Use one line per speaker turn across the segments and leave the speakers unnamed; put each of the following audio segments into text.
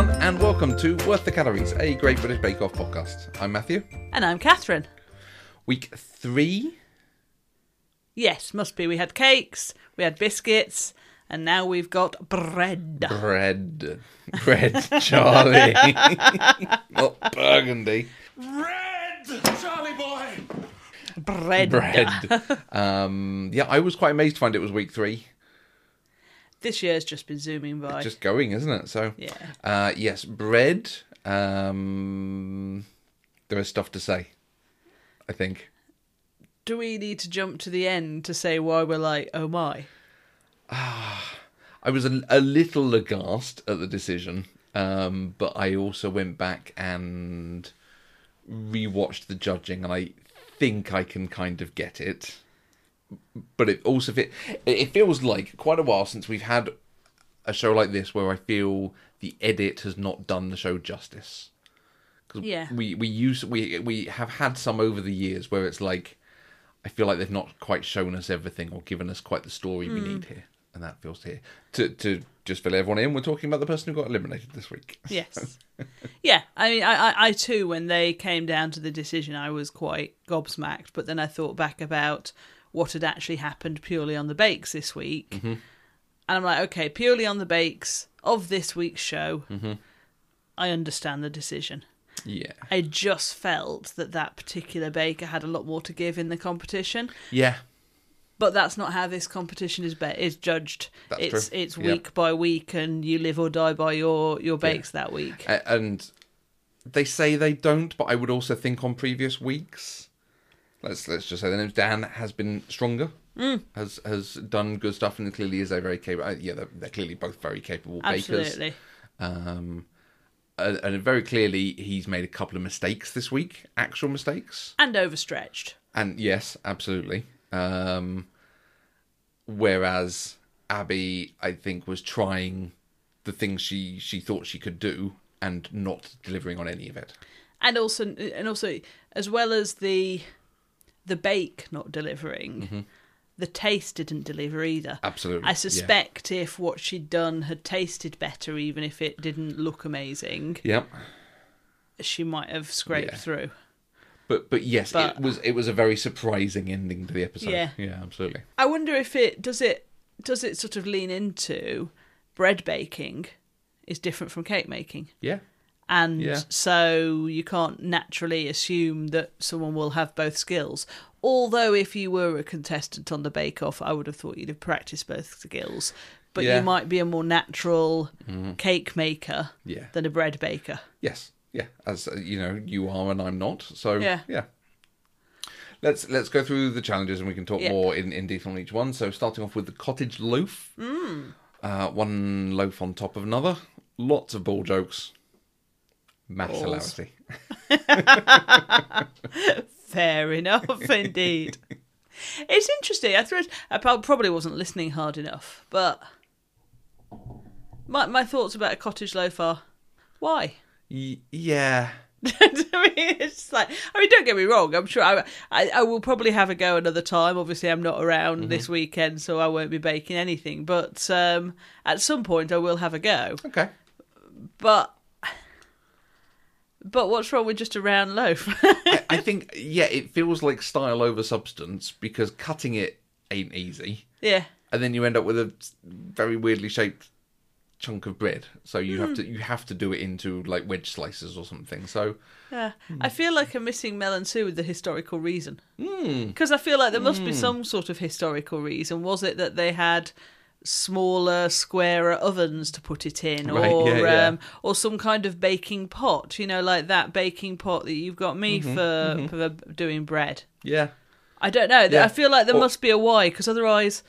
welcome to Worth the Calories, a Great British Bake Off podcast. I'm Matthew.
And I'm Catherine.
Week three.
Yes, must be. We had cakes, we had biscuits, and now we've got bread.
Bread. Bread, Charlie. Not burgundy.
Red, Charlie boy.
Bread.
Bread. um, yeah, I was quite amazed to find it was week three.
This year's just been zooming by.
Just going, isn't it? So,
Yeah.
uh, yes, bread. Um, there is stuff to say, I think.
Do we need to jump to the end to say why we're like, oh my?
I was a, a little aghast at the decision, um, but I also went back and rewatched the judging, and I think I can kind of get it. But it also fit, it, it feels like quite a while since we've had a show like this where I feel the edit has not done the show justice. 'Cause
Yeah.
we we use we we have had some over the years where it's like I feel like they've not quite shown us everything or given us quite the story we need here, and that feels here. To to just fill everyone in, we're talking about the person who got eliminated this week.
Yes. yeah. I mean, I, I, I too, when they came down to the decision, I was quite gobsmacked. But then I thought back about what had actually happened purely on the bakes this week.
Mm-hmm.
And I'm like, okay, purely on the bakes of this week's show,
Mm-hmm.
I understand the decision.
Yeah,
I just felt that that particular baker had a lot more to give in the competition,
yeah,
but that's not how this competition is be- is judged.
That's
it's
true.
it's
Yep.
week by week, and you live or die by your your bakes that week.
A- and they say they don't, but I would also think on previous weeks. Let's let's just say the name Dan has been stronger, has has done good stuff, and clearly is a very capable. Yeah, they're, they're clearly both very capable bakers.
Absolutely.
Um, and, and very clearly, he's made a couple of mistakes this week, actual mistakes.
and overstretched.
And yes, absolutely. Um, whereas Abby, I think, was trying the things she she thought she could do and not delivering on any of it.
and also and also as well as the the bake not delivering the taste didn't deliver either
Absolutely,
i
Mm-hmm. Uh, yeah.
suspect if what she'd done had tasted better even if it didn't look amazing
Yep.
she might have scraped
Yeah.
through
But but yes,
But-
it was it was a very surprising ending to the episode.
Yeah.
yeah, absolutely.
i wonder if it does it does it sort of lean into bread baking is different from cake making
Yeah,
and
Yeah.
so you can't naturally assume that someone will have both skills. Although, if you were a contestant on the Bake Off, I would have thought you'd have practiced both skills. But
Yeah. Mm-hmm.
you might be a more natural cake maker
Yeah.
than a bread baker.
Yes. Yeah. As uh, you know, you are and I'm not. So
Yeah.
Let's let's go through the challenges and we can talk
Yeah.
more in, in detail on each one. So starting off with the cottage loaf.
Mm.
Uh, one loaf on top of another. Lots of ball jokes. Mass
Balls.
hilarity.
Fair enough, indeed. It's interesting. I thought I prob- probably wasn't listening hard enough, but my my thoughts about a cottage loaf are why.
Y- yeah.
I mean, it's just like I mean, don't get me wrong. I'm sure I, I I will probably have a go another time. Obviously, I'm not around this weekend, so I won't be baking anything. But um, at some point, I will have a go.
Okay.
But but what's wrong with just a round loaf?
I, I think yeah, it feels like style over substance because cutting it ain't easy.
yeah,
and then you end up with a very weirdly shaped chunk of bread. So you
Hmm.
have to you have to do it into like wedge slices or something. So
yeah.
Hmm.
I feel like I'm missing Mel and Sue with the historical reason
Hmm.
because I feel like there must be some sort of historical reason. Was it that they had? smaller squarer ovens to put it in
Right,
or
yeah, yeah.
um or some kind of baking pot, you know, like that baking pot that you've got me
Mm-hmm,
for, for doing bread.
yeah,
I don't know.
Yeah.
I feel like there
Or-
must be a why, because otherwise,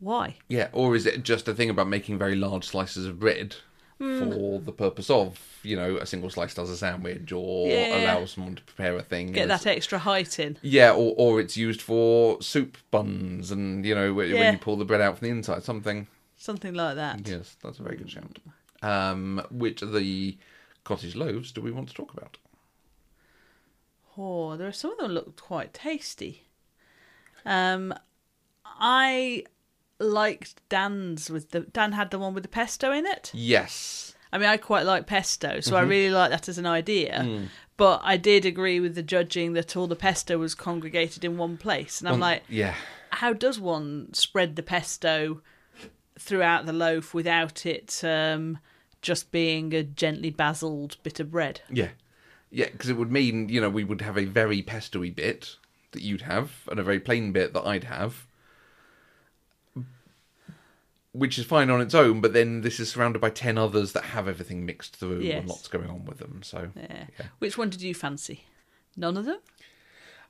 why?
yeah. Or is it just a thing about making very large slices of bread
Hmm.
for the purpose of you know a single slice does a sandwich or
Yeah.
allows someone to prepare a thing?
Get
and it's-
that extra height in.
Yeah, or or it's used for soup buns and you know when,
Yeah.
when you pull the bread out from the inside, something.
Something like that.
Yes, that's a very good shout. Um, which of the cottage loaves do we want to talk about?
Oh, there are some of them looked quite tasty. Um I liked Dan's with the Dan had the one with the pesto in it.
Yes,
I mean, I quite like pesto, so I really like that as an idea. But I did agree with the judging that all the pesto was congregated in one place, and I'm like,
Yeah.
how does one spread the pesto throughout the loaf without it um, just being a gently basiled bit of bread?
Yeah. Yeah, because it would mean, you know, we would have a very pestoy bit that you'd have and a very plain bit that I'd have. Which is fine on its own, but then this is surrounded by 10 others that have everything mixed through
Yes.
and lots going on with them. So
Yeah. Which one did you fancy? None of them.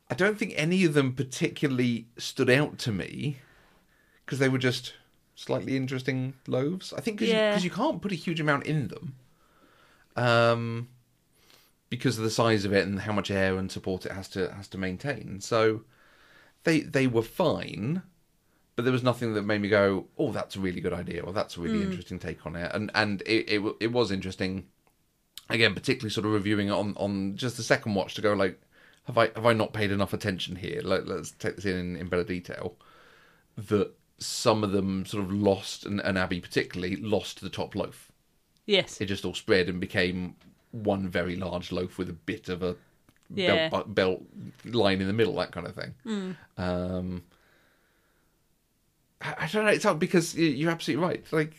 I don't think any of them particularly stood out to me because they were just slightly interesting loaves. I think because
Yeah.
you, can't put a huge amount in them um, because of the size of it and how much air and support it has to has to maintain. So they they were fine, but there was nothing that made me go, "Oh, that's a really good idea," or "That's a really interesting take on it." And and it it, wa- it was interesting again, particularly sort of reviewing it on, on just the second watch to go like, have I have I not paid enough attention here? Like, let's take this in in better detail. That some of them sort of lost, and, and Abby particularly lost the top loaf.
Yes.
It just all spread and became one very large loaf with a bit of a
Yeah.
belt, uh, belt line in the middle, that kind of thing. Um, I, I don't know. It's hard because y- you're absolutely right. Like,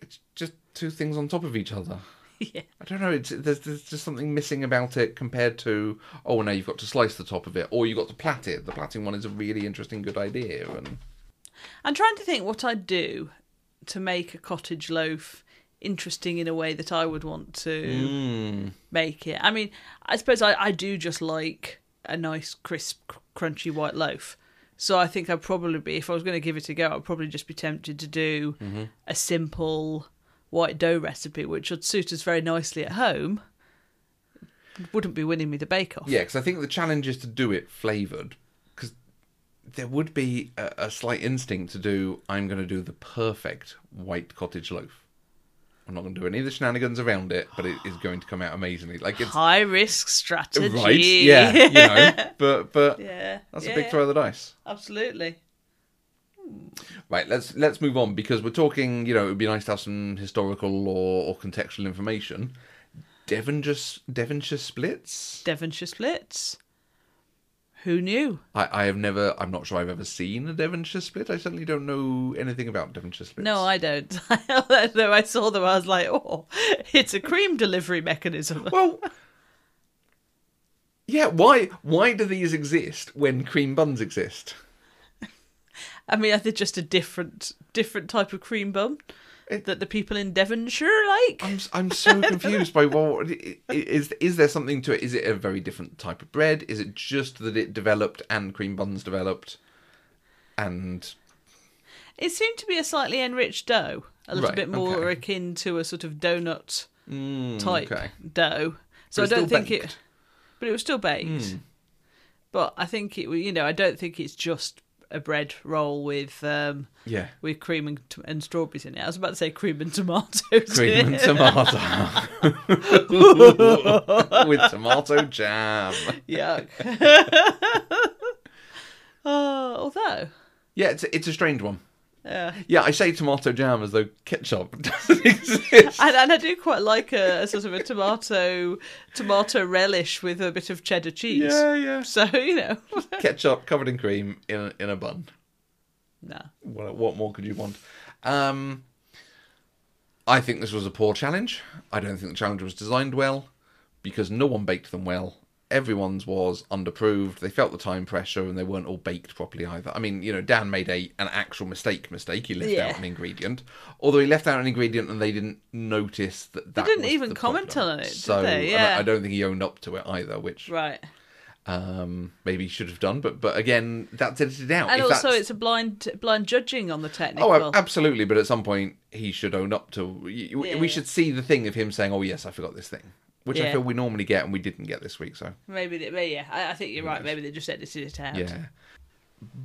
it's just two things on top of each other.
yeah.
I don't know. It's there's, there's just something missing about it compared to oh now you've got to slice the top of it or you've got to plait it. The plaiting one is a really interesting, good idea. And
I'm trying to think what I'd do to make a cottage loaf interesting in a way that I would want to
Hmm.
make it. I mean, I suppose I, I do just like a nice, crisp, cr- crunchy white loaf. So I think I'd probably be, if I was going to give it a go, I'd probably just be tempted to do
Mm-hmm.
a simple white dough recipe, which would suit us very nicely at home. Wouldn't be winning me the bake off.
yeah, because I think the challenge is to do it flavored because there would be a, a slight instinct to do I'm going to do the perfect white cottage loaf. I'm not going to do any of the shenanigans around it, but it is going to come out amazingly. Like it's
High risk strategy.
right, yeah, you know, but but
yeah.
that's
yeah,
a big throw of the dice.
Absolutely.
Right, let's let's move on because we're talking. You know, it would be nice to have some historical or, or contextual information. Devonshire Devonshire splits.
Devonshire splits. Who knew?
I, I have never. I'm not sure I've ever seen a Devonshire split. I certainly don't know anything about Devonshire splits.
No, I don't. Though I saw them, I was like, oh, it's a cream delivery mechanism.
well. Yeah, why why do these exist when cream buns exist?
I mean, they're just a different different type of cream bun
It- Um,
that the people in Devonshire like.
I'm s- I'm so confused by what i- i- is is there something to it? Is it a very different type of bread? Is it just that it developed and cream buns developed, and
It seemed to be a slightly enriched dough, a little
Right,
bit more
okay. Mm,
akin to a sort of donut type
okay.
dough. So I
it's
don't
still
think it,
baked. Hmm.
but it was still baked. But I think it, you know, I don't think it's just a bread roll with um,
yeah,
with cream and, t- and strawberries in it. I was about to say cream and tomatoes.
cream and tomato with tomato jam.
Yuck. uh, although,
Yeah, it's a, it's a strange one.
yeah,
Yeah, I say tomato jam as though ketchup doesn't exist.
and, and I do quite like a, a sort of a tomato tomato relish with a bit of cheddar cheese.
Yeah, yeah,
So you know,
ketchup covered in cream in a, in a bun.
nah.
What, what more could you want? Um, I think this was a poor challenge. I don't think the challenge was designed well because no one baked them well. Everyone's was underproved. They felt the time pressure and they weren't all baked properly either. I mean, you know, Dan made a an actual mistake. Mistake. He left
Yeah.
out an ingredient, although he left out an ingredient and they didn't notice that. that
didn't
was
even
the
comment
problem.
on it, did
So
they?
and I-
Yeah.
I don't think he owned up to it either, which
right.
um, maybe he should have done. But but again, that's edited out.
And
If
also,
that's-
it's a blind blind judging on the technical.
Oh, ab- absolutely. But at some point, he should own up to. y- y-
Yeah.
We should see the thing of him saying, "Oh yes, I forgot this thing," which I
Yeah.
feel we normally get and we didn't get this week. So
maybe, they, maybe yeah. I, I think you're right. Maybe they just edited it out.
yeah,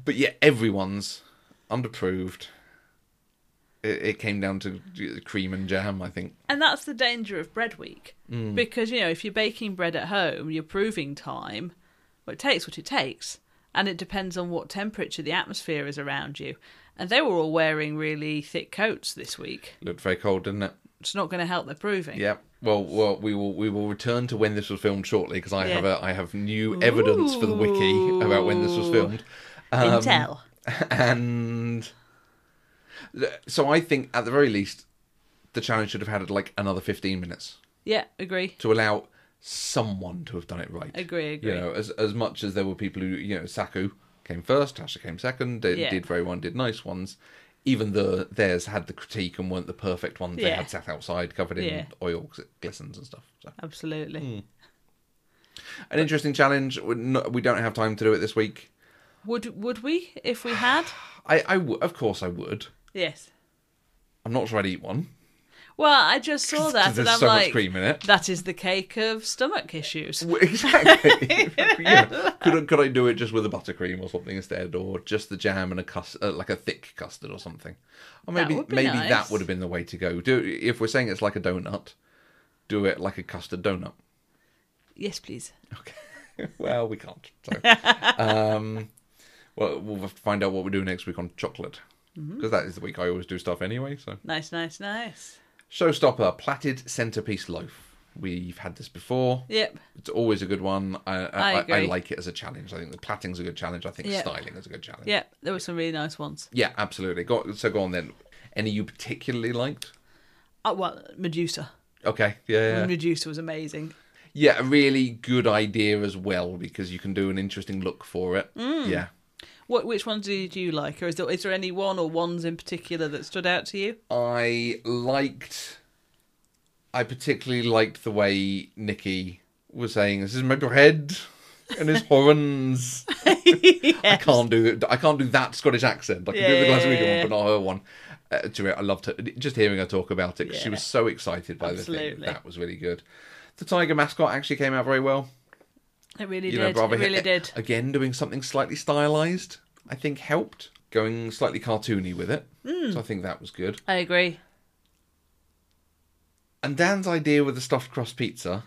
but yeah, everyone's underproved. It, it came down to j- cream and jam, I think.
And that's the danger of bread week.
Mm.
Because, you know, if you're baking bread at home, you're proving time. Well, it takes what it takes. And it depends on what temperature the atmosphere is around you. And they were all wearing really thick coats this week.
Looked very cold, didn't it?
It's not going to help their proving.
Yeah. Well, well, we will we will return to when this was filmed shortly because I
Yeah.
have a, I have new evidence for the wiki about when this was
Ooh.
filmed. um,
Intel.
and so I think at the very least, the challenge should have had like another fifteen minutes
Yeah, agree.
to allow someone to have done it right.
Agree, agree.
You know, as as much as there were people who you know Saku came first, Tasha came second, did,
Yeah.
did very one, did nice ones. Even the theirs had the critique and weren't the perfect ones. They
Yeah.
had sat outside covered in
Yeah.
oil 'cause it glistens and stuff. So
Absolutely.
Hmm. an interesting challenge. We're not- we don't have time to do it this week.
Would would we if we had?
I, I w- of course I would.
Yes.
I'm not sure I'd eat one.
Well, I just saw
'cause
that and
there's
I'm
so much
like,
cream in it.
that is the cake of stomach issues.
Well, Exactly. yeah. Could I- could I do it just with a buttercream or something instead, or just the jam and a cus- uh, like a thick custard or something? Or
That
maybe
would be
maybe that
nice.
would have been the way to go. Do if we're saying it's like a donut, do it like a custard donut.
Yes, please.
Okay. well, we can't. So, um, well, we'll have to find out what we do next week on chocolate
Mm-hmm.
because is the week I always do stuff anyway. So.
Nice, nice, nice.
Showstopper, platted centerpiece loaf. We've had this before.
Yep.
It's always a good one. I I,
I
I, I
agree.
like it as a challenge. I think the platting's a good challenge. I think
Yeah.
styling is a good challenge.
Yep. There were some really nice ones.
Yeah, absolutely. Go, so go on then. Any you particularly liked?
Oh, well, Medusa.
Okay. Yeah. Yeah.
Medusa was amazing.
yeah a really good idea as well because you can do an interesting look for it.
Mm.
Yeah.
What? Which ones did you like, or is there, is there any one or ones in particular that stood out to you?
I liked. I particularly liked the way Nikki was saying, "This is my bread and his horns." I can't do I can't do that Scottish accent. I can do the
Yeah, yeah,
Glaswegian
yeah,
one, but not her one. Uh, to it, I loved her. Just hearing her talk about it, 'cause she
Yeah.
was so excited by the thing.
Absolutely.
That was really good. The tiger mascot actually came out very well.
It really
You know,
did.
Barbara
it really
Hit-
did.
Again, doing something slightly stylized, I think helped. Going slightly cartoony with it,
Hmm.
so I think that was good.
I agree.
And Dan's idea with the stuffed crust pizza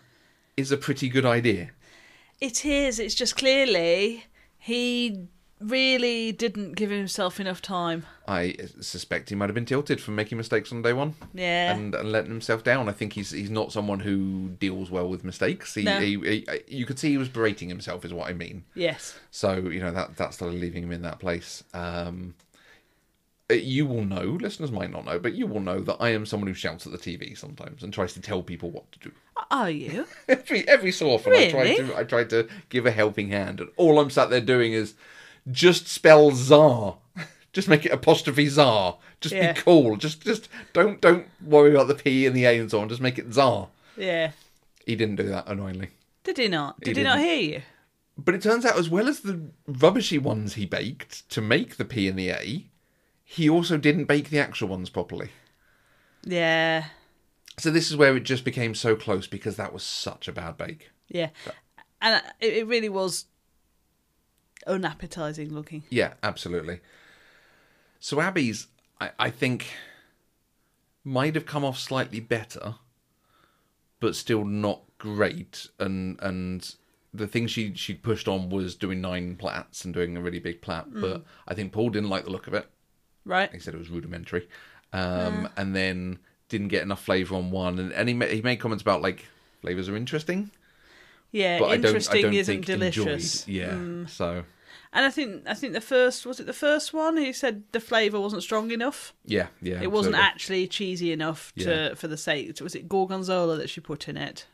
is a pretty good idea.
It is. It's just clearly he really didn't give himself enough time.
I suspect he might have been tilted from making mistakes on day one.
Yeah.
and, and letting himself down. I think he's he's not someone who deals well with mistakes. He,
No.
he, he- you could see he was berating himself, is what I mean.
yes.
So you know that that's sort of leaving him in that place. Um, uh, you will know, listeners might not know, but you will know that I am someone who shouts at the TV sometimes and tries to tell people what to do.
Are you?
Every every so often, I try
Really?
to I try to give a helping hand, and all I'm sat there doing is just spell czar, just make it apostrophe czar, just
Yeah.
be cool, just just don't don't worry about the p and the a and so on, just make it czar.
yeah.
He didn't do that annoyingly,
Did he not? Did he, not
didn't.
hear you?
but it turns out as well as the rubbishy ones he baked to make the p and the a, he also didn't bake the actual ones properly.
Yeah.
So this is where it just became so close because that was such a bad bake.
Yeah. And it, it really was unappetizing looking.
Yeah, absolutely. So Abby's, I, I think, might have come off slightly better, but still not great. And and the thing she she pushed on was doing nine plats and doing a really big plat.
Mm.
But I think Paul didn't like the look of it. He
Right?
said it was rudimentary, um,
Mm.
and then didn't get enough flavour on one. And, and he ma- he made comments about like flavours are interesting,
Yeah.
but I don't
interesting
I don't
isn't
think
delicious.
enjoyed.
Mm.
Yeah, so
And I think I think the first was it the first one who said the flavour wasn't strong enough.
yeah, yeah.
It wasn't
absolutely.
actually cheesy enough to for the sake. Was it gorgonzola that she put in it?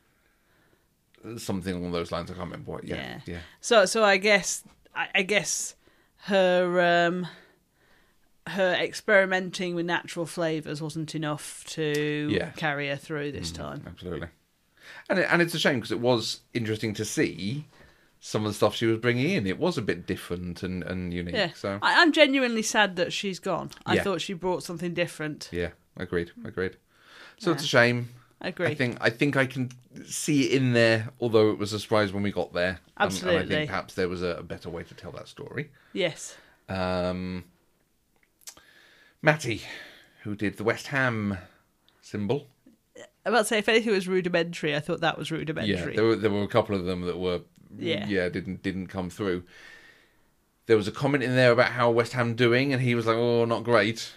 something along those lines. I can't remember what. Yeah,
Yeah.
yeah,
So so I guess I, I guess her um her experimenting with natural flavors wasn't enough to
Yeah. Mm.
carry her through this time.
absolutely. And it, and it's a shame because it was interesting to see some of the stuff she was bringing in. It was a bit different and and unique.
Yeah.
So
I, I'm genuinely sad that she's gone. I
Yeah.
thought she brought something different.
yeah, agreed, agreed. So it's a shame.
I agree.
I think I think I can see it in there, although it was a surprise when we got there. And- And, I
Absolutely.
think perhaps there was a, a better way to tell that story.
Yes.
Um, Matty, who did the West Ham symbol.
I was about to say if anything was rudimentary, I thought that was
Yeah,
rudimentary.
there were there were a couple of them that were yeah,
Yeah.
didn't didn't come through. There was a comment in there about how West Ham doing, and he was like, "Oh, not great."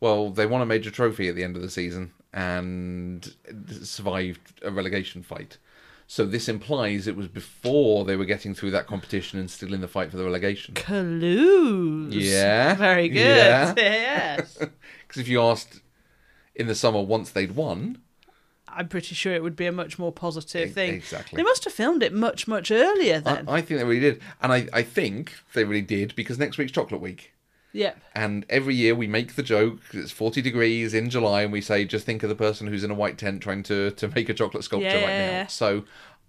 Well, they won a major trophy at the end of the season, and survived a relegation fight. So this implies it was before they were getting through that competition and still in the fight for the relegation.
Clues.
Yeah.
Very good.
Yeah.
Yes.
Because if you asked in the summer once they'd won,
I'm pretty sure it would be a much more positive
E-
thing.
exactly.
They must have filmed it much, much earlier
I,
then.
I think they really did, and I, I think they really did because next week's chocolate week.
Yep.
And every year we make the joke, it's 40 degrees in July, and we say, just think of the person who's in a white tent trying to, to make a chocolate sculpture
Yeah,
right
yeah,
now.
yeah.
So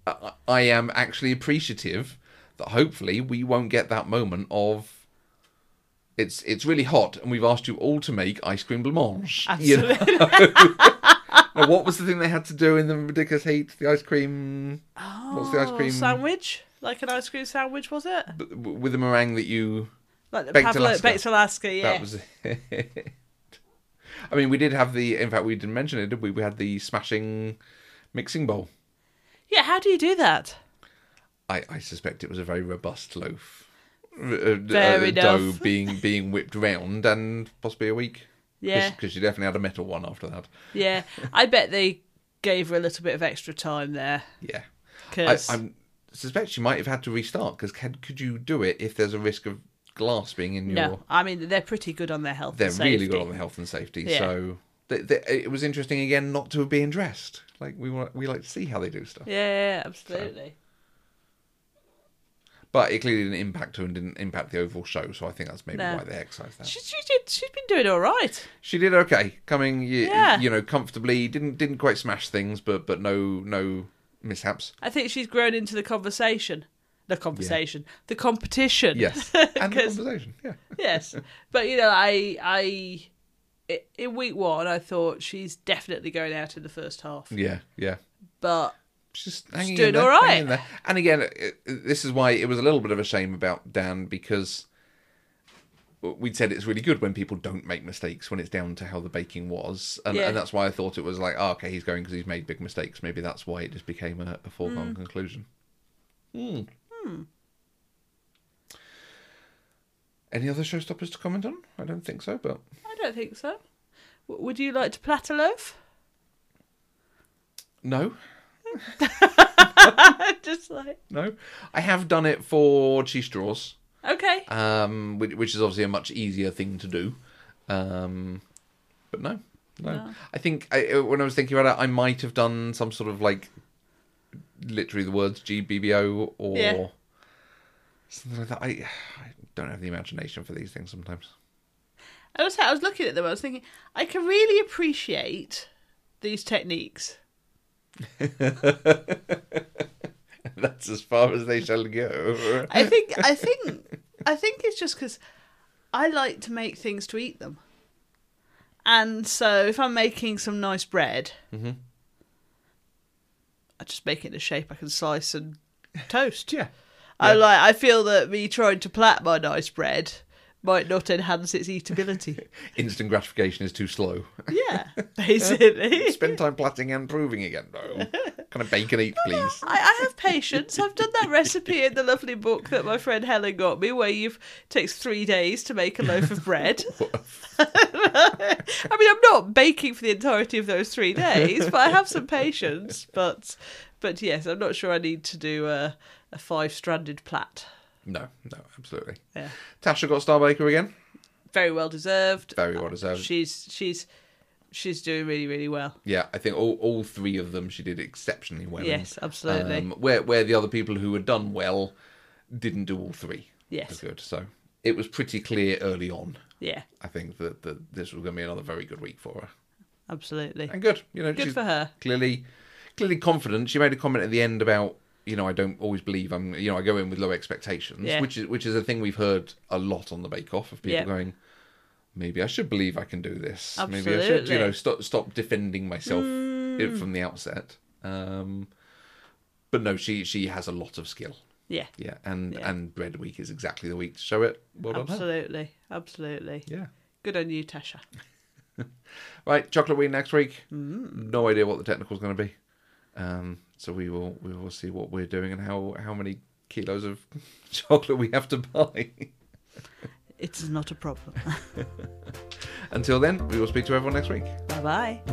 I, I am actually appreciative that hopefully we won't get that moment of. It's it's really hot, and we've asked you all to make ice cream blancmange. You know?
Absolutely.
Now, what was the thing they had to do in the ridiculous heat? The ice cream. what's the ice
Oh,
cream
sandwich? Like an ice cream sandwich, was it?
b- w- with the meringue that you
Like the
Baked
Pavlo-
Alaska.
Baked Alaska, yeah.
That was it. I mean, we did have the. In fact, we didn't mention it, did we? We had the smashing mixing bowl.
Yeah, how do you do that?
I, I suspect it was a very robust loaf, R- uh,
Fair
uh,
enough.
dough being being whipped round and possibly a week.
Yeah.
because she definitely had a metal one after that.
Yeah, I bet they gave her a little bit of extra time there.
Yeah, I,
'cause-
I'm suspect she might have had to restart because could you do it if there's a risk of glass being in your?
no, I mean they're pretty good on their health.
They're
and
really good
safety.
on the health and safety.
Yeah.
So th th it was interesting again not to have been dressed. Like we want, we like to see how they do stuff.
Yeah, yeah, absolutely.
But it clearly didn't impact her and didn't impact the overall show, so I think that's maybe
No.
why they excised that. She,
She, she did. She's been doing all right.
did okay, coming you,
Yeah.
you know comfortably. Didn't didn't quite smash things, but but no no mishaps.
I think she's grown into the conversation. The conversation. The competition.
Yes, and the
'Cause-
conversation. Yeah,
yes. But you know, I I i- in week one I thought she's definitely going out in the first half.
yeah, yeah.
But
She's just hanging
doing
in there,
all right.
hanging in there. And again, it, it- this is why it was a little bit of a shame about Dan because we'd said it's really good when people don't make mistakes when it's down to how the baking was, and,
Yeah.
and that's why I thought it was like, oh, okay, he's going because he's made big mistakes. Maybe that's why it just became a, a foregone conclusion.
Hmm.
Hmm. Any other showstoppers to comment on? I don't think so, but
I don't think so. W- would you like to platter loaf?
no.
Just like
No, I have done it for cheese straws.
okay.
um, which, which is obviously a much easier thing to do. Um, but no, no, I think I, uh, when I was thinking about it, I might have done some sort of like literally the words GBBO or
Yeah.
something like that. I, I don't have the imagination for these things sometimes.
I was I was looking at them. I was thinking I can really appreciate these techniques.
That's as far as they shall go.
I think I think I think it's just because I like to make things to eat them, and so if I'm making some nice bread, I just make it in a shape I can slice and toast.
Yeah.
I like. I feel that me trying to plat my nice bread might not enhance its eatability.
Instant gratification is too slow.
yeah, basically.
Spend time plaiting and proving again. No. Can I bake and eat, please?
I, I have patience. I've done that recipe in the lovely book that my friend Helen got me, where you've takes three days to make a loaf of bread. I mean, I'm not baking for the entirety of those three days, but I have some patience. But, but yes, I'm not sure I need to do a, a five-stranded plat.
No, no, absolutely.
Yeah,
Tasha got Star Baker again.
very well deserved.
Very well deserved.
She's she's she's doing really really well.
Yeah, I think all, all three of them she did exceptionally well. in.
Yes, absolutely.
Um, where where the other people who had done well didn't do all three.
Yes.
as Good. So it was pretty clear early on.
yeah,
I think that, that this was going to be another very good week for her.
absolutely.
And good, you know,
Good
she's
for her.
Clearly, clearly confident. She made a comment at the end about you know I don't always believe I'm you know I go in with low expectations,
Yeah.
which is which is a thing we've heard a lot on the Bake Off of people
Yeah.
going. Maybe I should believe I can do this. Maybe I should, you
Absolutely. Mm.
know, stop stop defending myself i- from the outset. Um, but no, she she has a lot of skill.
Yeah,
Yeah, and
Yeah.
and Bread Week is exactly the week to show it. Well done, her.
absolutely, absolutely.
Yeah.
Good on you, Tasha.
Right, chocolate week next week. No idea what the technical's going to be. Um, so we will we will see what we're doing and how how many kilos of chocolate we have to buy.
It is not a problem.
Until then, we will speak to everyone next week.
bye bye.